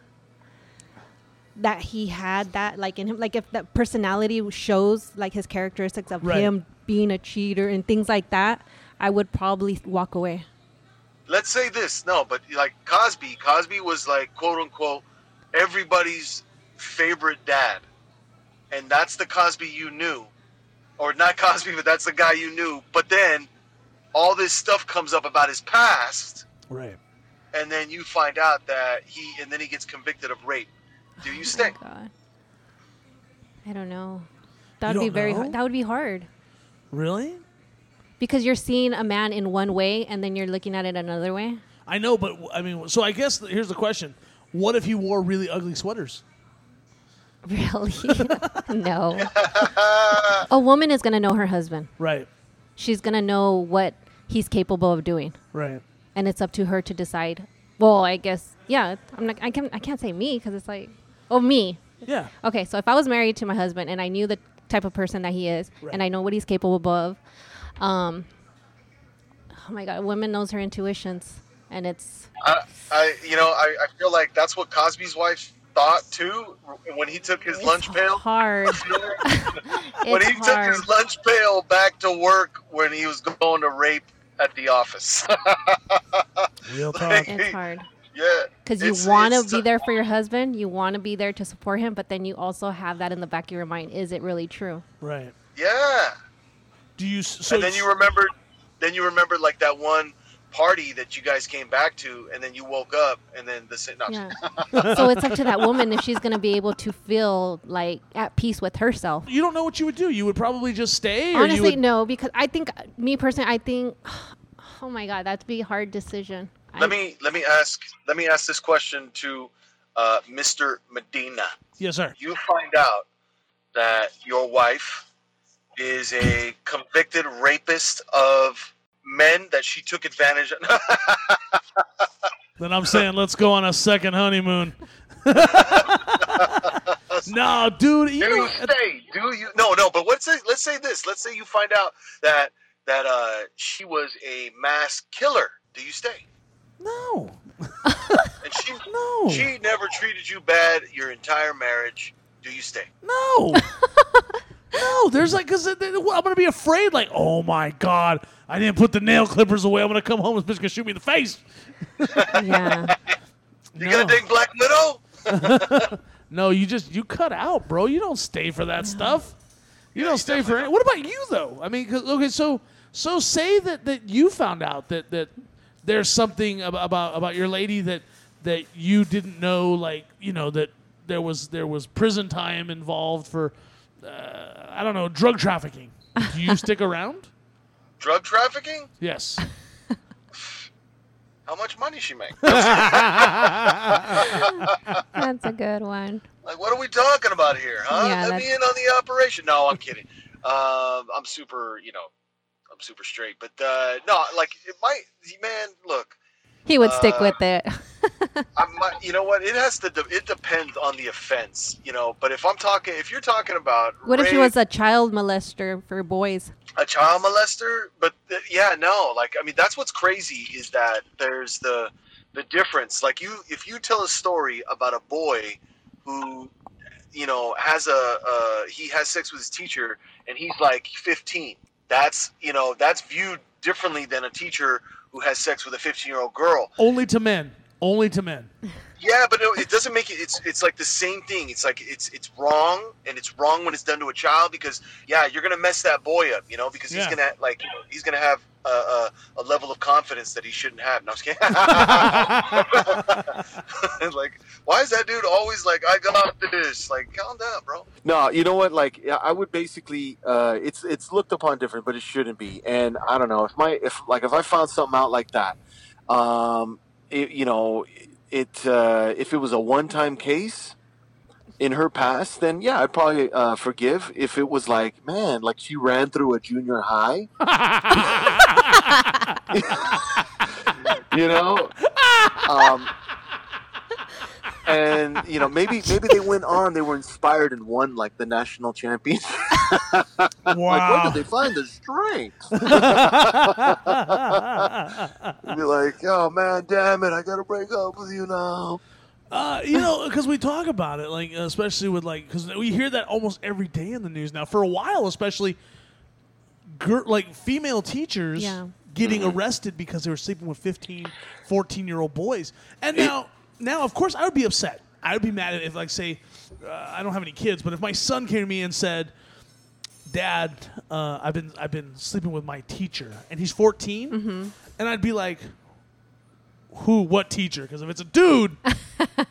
that he had that like in him like if that personality shows like his characteristics of
Right.
him being a cheater and things like that i would probably walk away Oh
let's say this no but like cosby cosby was like quote unquote everybody's favorite dad and that's the cosby you knew or not cosby but that's the guy you knew but then all this stuff comes up about his past
Right.
and then you find out that he and then he gets convicted of rape do you stay
god i don't know that would
don't
be very
know?
hard that would be hard
Really?
because you're seeing a man in one way and then you're looking at it another way
I know, but w- I mean, so I guess th- here's the question: What if he wore really ugly sweaters?
really no a woman is going to know her husband
Right.
she's going to know what he's capable of doing
Right.
and it's up to her to decide. Well, I guess yeah. I'm not. I can. I can't say me because it's like, oh me.
Yeah.
Okay, so if I was married to my husband and I knew the type of person that he is,
Right.
and I know what he's capable of, um, oh my God, women knows her intuitions, and it's
I, I you know I, I feel like that's what cosby's wife thought too when he took his
it's
lunch pail
hard.
when
It's
he
hard.
took his lunch pail back to work when he was going to rape at the office.
Real talk.
it's hard
yeah.
because you
It's-
want to
it's
be
t-
there for your husband, you want to be there to support him, but then you also have that in the back of your mind: is it really true?
right.
Yeah.
Do you? s- So
and then you
were.
remembered, then you remembered like that one party that you guys came back to, and then you woke up, and then the sit. No,
Yeah. so it's up to that woman if she's going to be able to feel like at peace with herself.
You don't know what you would do. You would probably just stay. Or you
Honestly,
would,
no, because I think me personally, I think, oh my god, that'd be a hard decision. I,
Let me let me ask let me ask this question to uh, Mr. Medina.
Yes, sir.
You find out that your wife is a convicted rapist of men that she took advantage of.
Then I'm saying let's go on a second honeymoon. no, dude. You
Do
know,
you say? Do you? No, no. But let's say, let's say this. Let's say you find out that that uh, she was a mass killer. Do you stay?
no,
And she
No.
she never treated you bad your entire marriage. Do you stay?
no, no. There's like, cause it- it- I'm gonna be afraid. Like, oh my god, I didn't put the nail clippers away. I'm gonna come home and this bitch gonna shoot me in the face.
yeah,
You
no.
gonna dig Black Widow?
No, you just you cut out, bro. You don't stay for that stuff. You don't stay for any. What about you though? I mean, 'cause- okay, so so say that that you found out that that there's something ab- about about your lady that that you didn't know, like you know that there was there was prison time involved for uh, I don't know drug trafficking. Do you stick around?
Drug trafficking?
Yes.
How much money she make?
that's a good one.
like, what are we talking about here, huh?
Yeah,
Let me
that's-
in on the operation. No, I'm kidding. Um, I'm super. You know, I'm super straight. But uh, no, like it might. Man, look.
He would stick
Uh,
with it.
I might, you know what? It has to. De- it depends on the offense, you know. But if I'm talking, if you're talking about
what if he
rape,
was a child molester for boys?
a child molester, but th- yeah, no. Like I mean, that's what's crazy is that there's the the difference. Like you, if you tell a story about a boy who, you know, has a uh, he has sex with his teacher and he's like 15. That's you know that's viewed differently than a teacher who has sex with a 15 year old girl.
Only to men. Only to men.
Yeah, but no, it doesn't make it. It's it's like the same thing. It's like it's it's wrong, and it's wrong when it's done to a child because yeah, you're gonna mess that boy up, you know, because he's
Yeah.
gonna like you know, he's gonna have a, a, a level of confidence that he shouldn't have. No, I'm just kidding. like, why is that dude always like, I got this? Like, calm down, bro. No, you know what? Like, yeah, I would basically, uh, it's it's looked upon different, but it shouldn't be. And I don't know if my if like if I found something out like that, um, it, you know, it uh, if it was a one time case in her past, then yeah, I'd probably uh, forgive. If it was like, man, like she ran through a junior high, you know. Um, and you know, maybe maybe they went on. They were inspired and won like the national championship. Like, where
Wow.
did they find the strength? Be like, oh man, damn it, I gotta break up with you now.
Uh, you know, because we talk about it, like especially with like, because we hear that almost every day in the news now. For a while, especially, gir- like female teachers
Yeah.
getting arrested because they were sleeping with 15, 14 year old boys. And now, now of course, I would be upset. I would be mad if, like, say, uh, I don't have any kids, but if my son came to me and said, "Dad, uh, I've been I've been sleeping with my teacher," and he's 14 and I'd be like, who, what teacher? Because if it's a dude,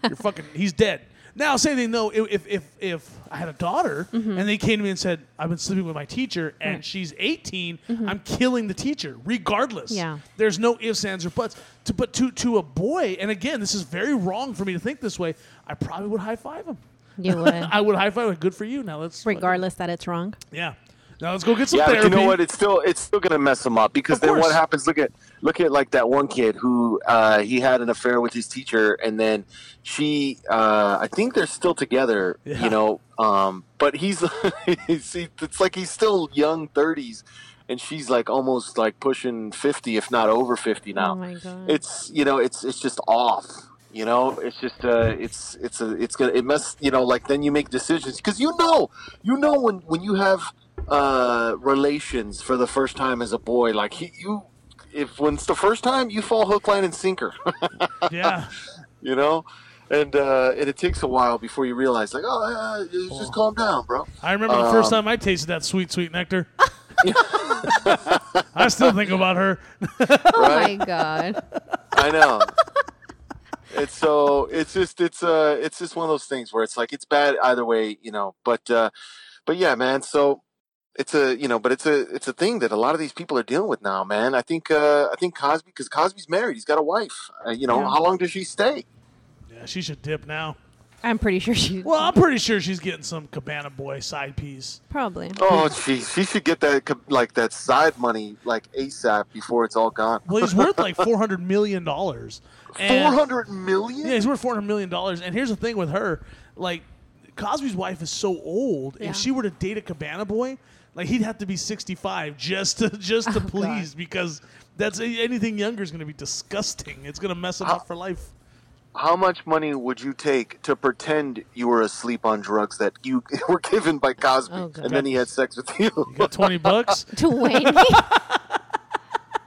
you're fucking, he's dead. Now, say they know if if if, if I had a daughter
Mm-hmm.
and they came to me and said I've been sleeping with my teacher and she's 18, I'm killing the teacher regardless.
Mm-hmm. Yeah.
There's no ifs, ands, or buts. To but to to a boy, and again, this is very wrong for me to think this way. I probably would high five him.
You would,
I would high five him. Good for you. Now let's fucking-
regardless that it's wrong.
Yeah. Now let's go get some
Yeah, but
therapy.
you know what? It's still it's still gonna mess them up because
Of
then what
course.
happens? Look at look at like that one kid who uh, he had an affair with his teacher, and then she. Uh, I think they're still together,
Yeah.
you know. Um, but he's, he's he- it's like he's still young thirties, and she's like almost like pushing fifty, if not over fifty now.
Oh my god.
it's you know it's it's just off you know it's just uh it's it's a it's gonna it must you know like then you make decisions because you know you know when when you have uh relations for the first time as a boy like he, you if when it's the first time you fall hook line and sinker
Yeah.
you know and uh and it takes a while before you realize like oh uh, just calm down bro
I remember the first
Um,
time I tasted that sweet, sweet nectar. I still think about her.
Oh
right?
my god.
I know. It's so it's just it's uh it's just one of those things where it's like it's bad either way, you know. But uh but yeah, man, so it's a you know, but it's a it's a thing that a lot of these people are dealing with now, man. I think uh I think Cosby because Cosby's married, he's got a wife. Uh, you know,
Yeah.
how long does she stay?
Yeah, she should dip now.
I'm pretty sure she
Well, I'm pretty sure she's getting some Cabana Boy side piece.
probably.
Oh, geez, she should get that co- like that side money like ASAP before it's all gone.
Well, he's worth like four hundred million dollars.
Four hundred million.
Yeah, he's worth four hundred million dollars. And here's the thing with her, like Cosby's wife is so old.
Yeah.
If she were to date a Cabana boy, like he'd have to be sixty-five just to just to please, because that's anything younger is going to be disgusting. It's going to mess him up for life.
How much money would you take to pretend you were asleep on drugs that you were given by Cosby,
Oh, God.
and then he had sex with you?
You got twenty bucks.
Dwayne.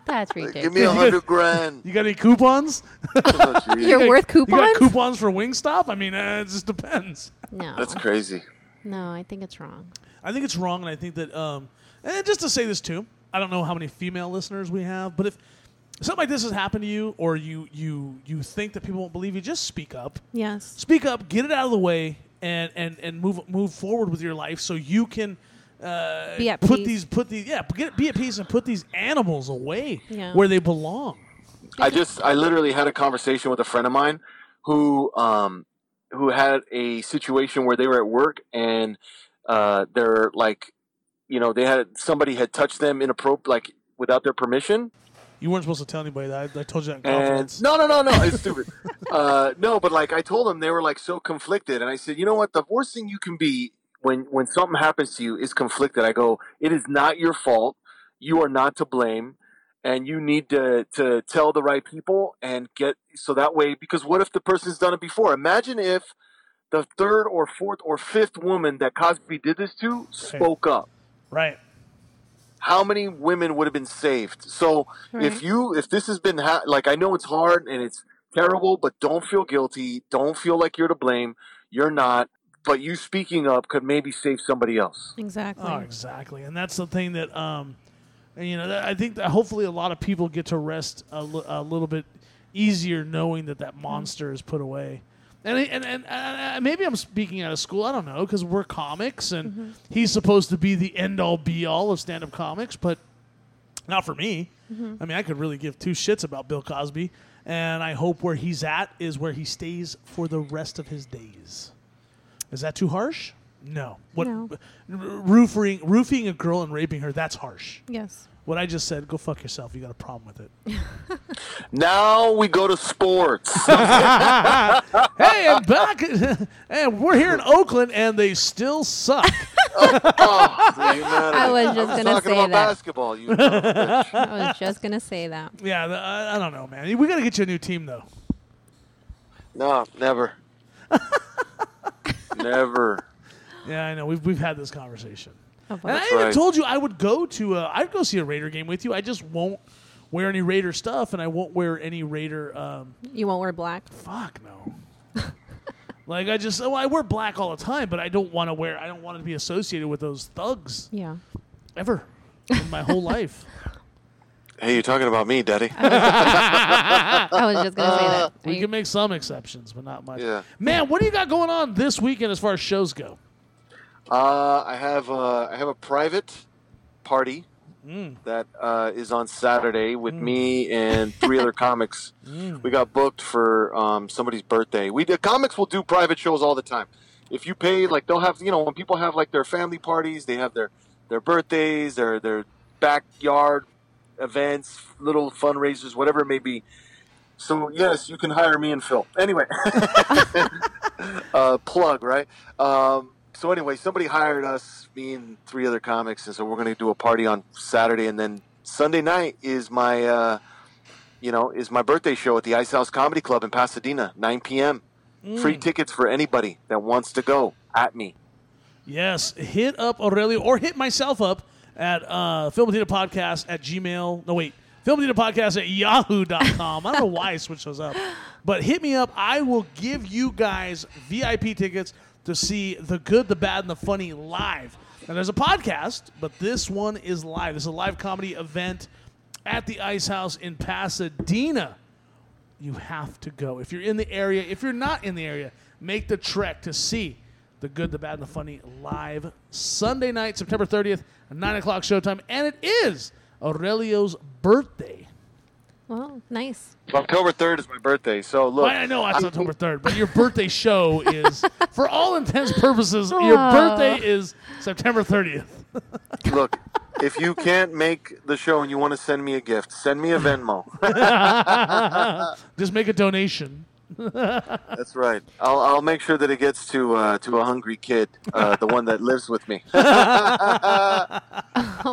That's ridiculous.
Give me a hundred grand.
You got any coupons?
Oh, geez.
You're worth
You
coupons?
got coupons for Wingstop? I mean, uh, it just depends.
no.
That's crazy.
No, I think it's wrong.
I think it's wrong, and I think that um, and just to say this too, I don't know how many female listeners we have, but if something like this has happened to you, or you you you think that people won't believe you, just speak up.
Yes.
Speak up, get it out of the way, and and and move move forward with your life so you can
Be at
put
peace.
these put these yeah get, be at peace and put these animals away
Yeah.
where they belong.
I just I literally had a conversation with a friend of mine who um who had a situation where they were at work and uh they're like you know they had somebody had touched them inappropriate like without their permission
You weren't supposed to tell anybody that. I, I told you that in
and
confidence.
no no no no it's stupid uh no but like i told them they were like so conflicted and i said you know what the worst thing you can be when when something happens to you is conflicted i go it is not your fault you are not to blame and you need to to tell the right people and get so that way because what if the person's done it before imagine if the third or fourth or fifth woman that cosby did this to spoke up
Right.
how many women would have been saved so
Right.
if you if this has been ha- like i know it's hard and it's terrible but don't feel guilty don't feel like you're to blame you're not but you speaking up could maybe save somebody else
Exactly.
Oh, exactly, and that's the thing that, um, and, you know, that, I think that hopefully a lot of people get to rest a li- a little bit easier knowing that that monster is put away. And, and, and, uh, maybe I'm speaking out of school. I don't know because we're comics, and he's supposed to be the end all be all of stand up comics, but not for me. I mean, I could really give two shits about Bill Cosby, and I hope where he's at is where he stays for the rest of his days. Is that too harsh? No. What
No.
r- roofing roofing a girl and raping her, that's harsh.
Yes.
What I just said, go fuck yourself. You got a problem with it.
Now we go to sports.
hey, I'm back. and we're here in Oakland, and they still suck.
I
I was just gonna
Oh, talking
say
about
that.
basketball. You son of a bitch.
I was just gonna say that.
yeah, the- I, I don't know, man. We got to get you a new team, though.
no, never, never.
Yeah, I know. We've, we've had this conversation.
Oh,
And I
boy.
even
right.
told you I would go to a, I'd go see a Raider game with you. I just won't wear any Raider stuff, and I won't wear any Raider. Um,
You won't wear black.
fuck no. like I just, oh, I wear black all the time, but I don't want to wear. I don't want to be associated with those thugs
Yeah.
ever in my whole life.
Hey, you're talking about me, Daddy.
I was just gonna say that. Are
We
you-
can make some exceptions, but not much.
Yeah.
Man, what do you got going on this weekend as far as shows go?
Uh, I have uh, I have a private party that uh, is on Saturday with me and three other comics. We got booked for um, somebody's birthday. We the comics will do private shows all the time. If you pay, like they'll have you know when people have like their family parties, they have their their birthdays, their their backyard events, little fundraisers, whatever it may be. So yes, you can hire me and Phil. Anyway, uh, plug right. Um, so anyway, somebody hired us, me and three other comics, and so we're going to do a party on Saturday, and then Sunday night is my, uh, you know, is my birthday show at the Ice House Comedy Club in Pasadena, 9 p.m.
Mm.
Free tickets for anybody that wants to go. At me.
Yes, hit up Aurelio or hit myself up at uh, Filmatina Podcast at Gmail. No, wait, Filmatina Podcast at yahoo.com. I don't know why I switched those up, but hit me up. I will give you guys VIP tickets to see the good, the bad, and the funny live. Now, there's a podcast, but this one is live. This is a live comedy event at the Ice House in Pasadena you have to go. If you're in the area, if you're not in the area, make the trek to see the good, the bad, and the funny live Sunday night, September 30th, 9 o'clock showtime. And it is Aurelio's birthday.
well, nice.
October 3rd is my birthday, so look.
I I know it's October 3rd, but your birthday show is, for all intents purposes, your birthday is September 30th.
Look, if you can't make the show and you want to send me a gift, send me a Venmo.
Just make a donation.
That's right. I'll, I'll make sure that it gets to uh, to a hungry kid, uh, the one that lives with me.
Oh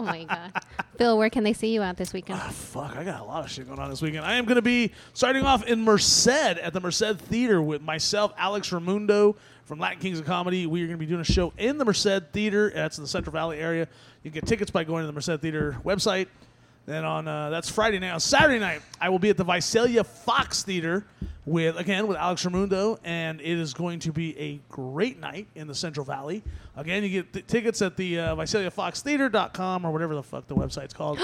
my god. Phil, where can they see you at this weekend?
Fuck, I got a lot of shit going on this weekend. I am going to be starting off in Merced at the Merced Theater with myself, Alex Ramundo from Latin Kings of Comedy. We are going to be doing a show in the Merced Theater. That's in the Central Valley area. You can get tickets by going to the Merced Theater website. Then on uh, that's Friday night. On Saturday night, I will be at the Visalia Fox Theater with again with Alex Ramundo, and it is going to be a great night in the Central Valley. Again, you get t- tickets at the uh, VisaliaFoxTheater.com or whatever the fuck the website's called.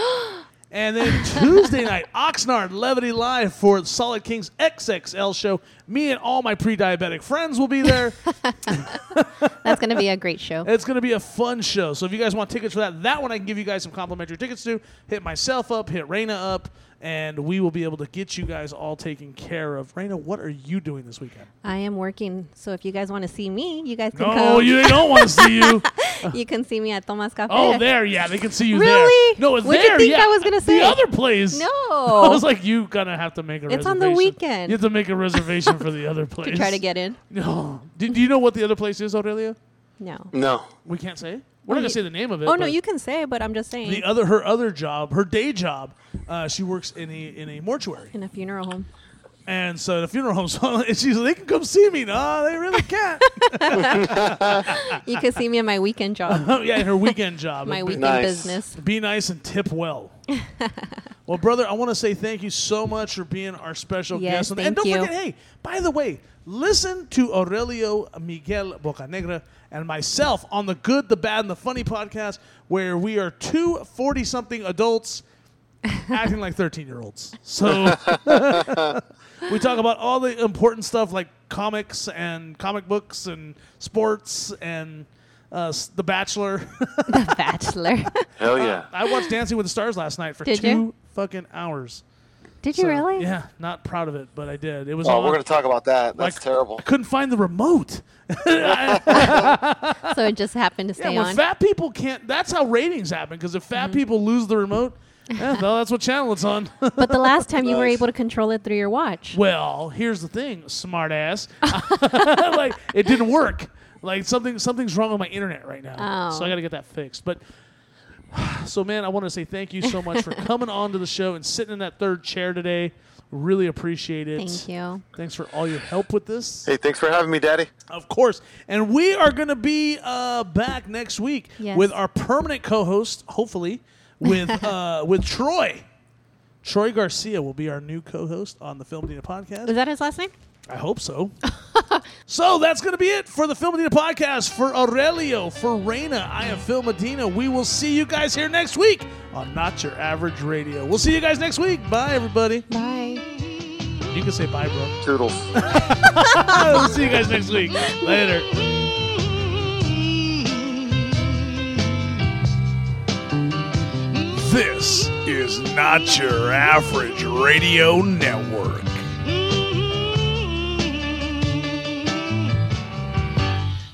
And then Tuesday night, Oxnard Levity Live for the Solid Kings XXL show. Me and all my pre diabetic friends will be there.
That's gonna be a great show.
it's going to be a fun show. So if you guys want tickets for that, that one I can give you guys some complimentary tickets to. Hit myself up, hit Raina up, and we will be able to get you guys all taken care of. Raina, what are you doing this weekend?
I am working, so if you guys want to see me, you guys can
No,
come.
Oh, you they don't want to see you.
you can see me at Tomas Cafe.
Oh, there, yeah, they can see you
Really?
there. No, it's
What'd you
there.
think
yeah.
I was gonna say?
the other place.
No.
I was like, you gonna have to make a.
It's on
reservation.
the weekend.
You have to make a reservation for the other place.
to try to get in.
No. Do, do you know what the other place is, Aurelia?
No.
No.
We can't say. We're not
you-
gonna say the name of it.
Oh no,
but
you can say, but I'm just saying.
The other, her other job, her day job, uh, she works in a in a mortuary,
in a funeral home.
and so the funeral homes. And she's like, they can come see me. No, they really can't.
You can see me in my weekend job,
oh, yeah, and her weekend job.
my
Be-
weekend
Nice.
business.
Be nice and tip well. well, brother, I want to say thank you so much for being our special
Yes,
guest. and
thank
don't
you.
forget, hey, by the way, listen to Aurelio Miguel Bocanegra and myself on the Good, the Bad, and the Funny podcast, where we are two 40 something adults acting like 13 year olds. So we talk about all the important stuff like comics and comic books and sports and uh, s- The Bachelor.
The Bachelor.
Hell yeah.
I watched Dancing with the Stars last night for
Did
two
you?
fucking hours.
Did you
So,
really?
Yeah, not proud of it, but I did. It was.
Oh,
on-
we're gonna talk about that. That's
like,
terrible.
I couldn't find the remote. yeah,
So it just happened to stay
when
on. Mm-hmm.
fat people can't. That's how ratings happen. Because if fat people lose the remote, Yeah, well, that's what channel it's on.
But the last time you were
Nice.
able to control it through your watch.
well, here's the thing, smartass. like it didn't work. Like something something's wrong with my internet right now.
Oh.
So I got to get that fixed. But so man, I want to say thank you so much for coming on to the show and sitting in that third chair today. Really appreciate it.
Thank you.
Thanks for all your help with this.
Hey, thanks for having me, Daddy.
Of course. And we are going to be uh, back next week
Yes.
with our permanent co-host, hopefully, with uh, with Troy. Troy Garcia will be our new co-host on the Film Medina podcast.
Was that his last name?
I hope so. so that's going to be it for the Film Medina podcast. For Aurelio, for Reina, I am Phil Medina. We will see you guys here next week on Not Your Average Radio. We'll see you guys next week. Bye, everybody.
Bye.
You can say bye, bro.
Toodles.
we'll see you guys next week. Later.
This is Not Your Average Radio Network.